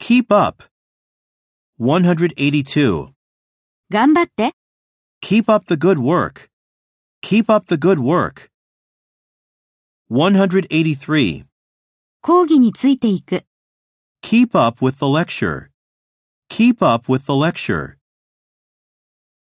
Keep up. 182. 頑張って、 Keep up the good work. Keep up the good work. 183. 講義についていく。 Keep up with the lecture. Keep up with the lecture.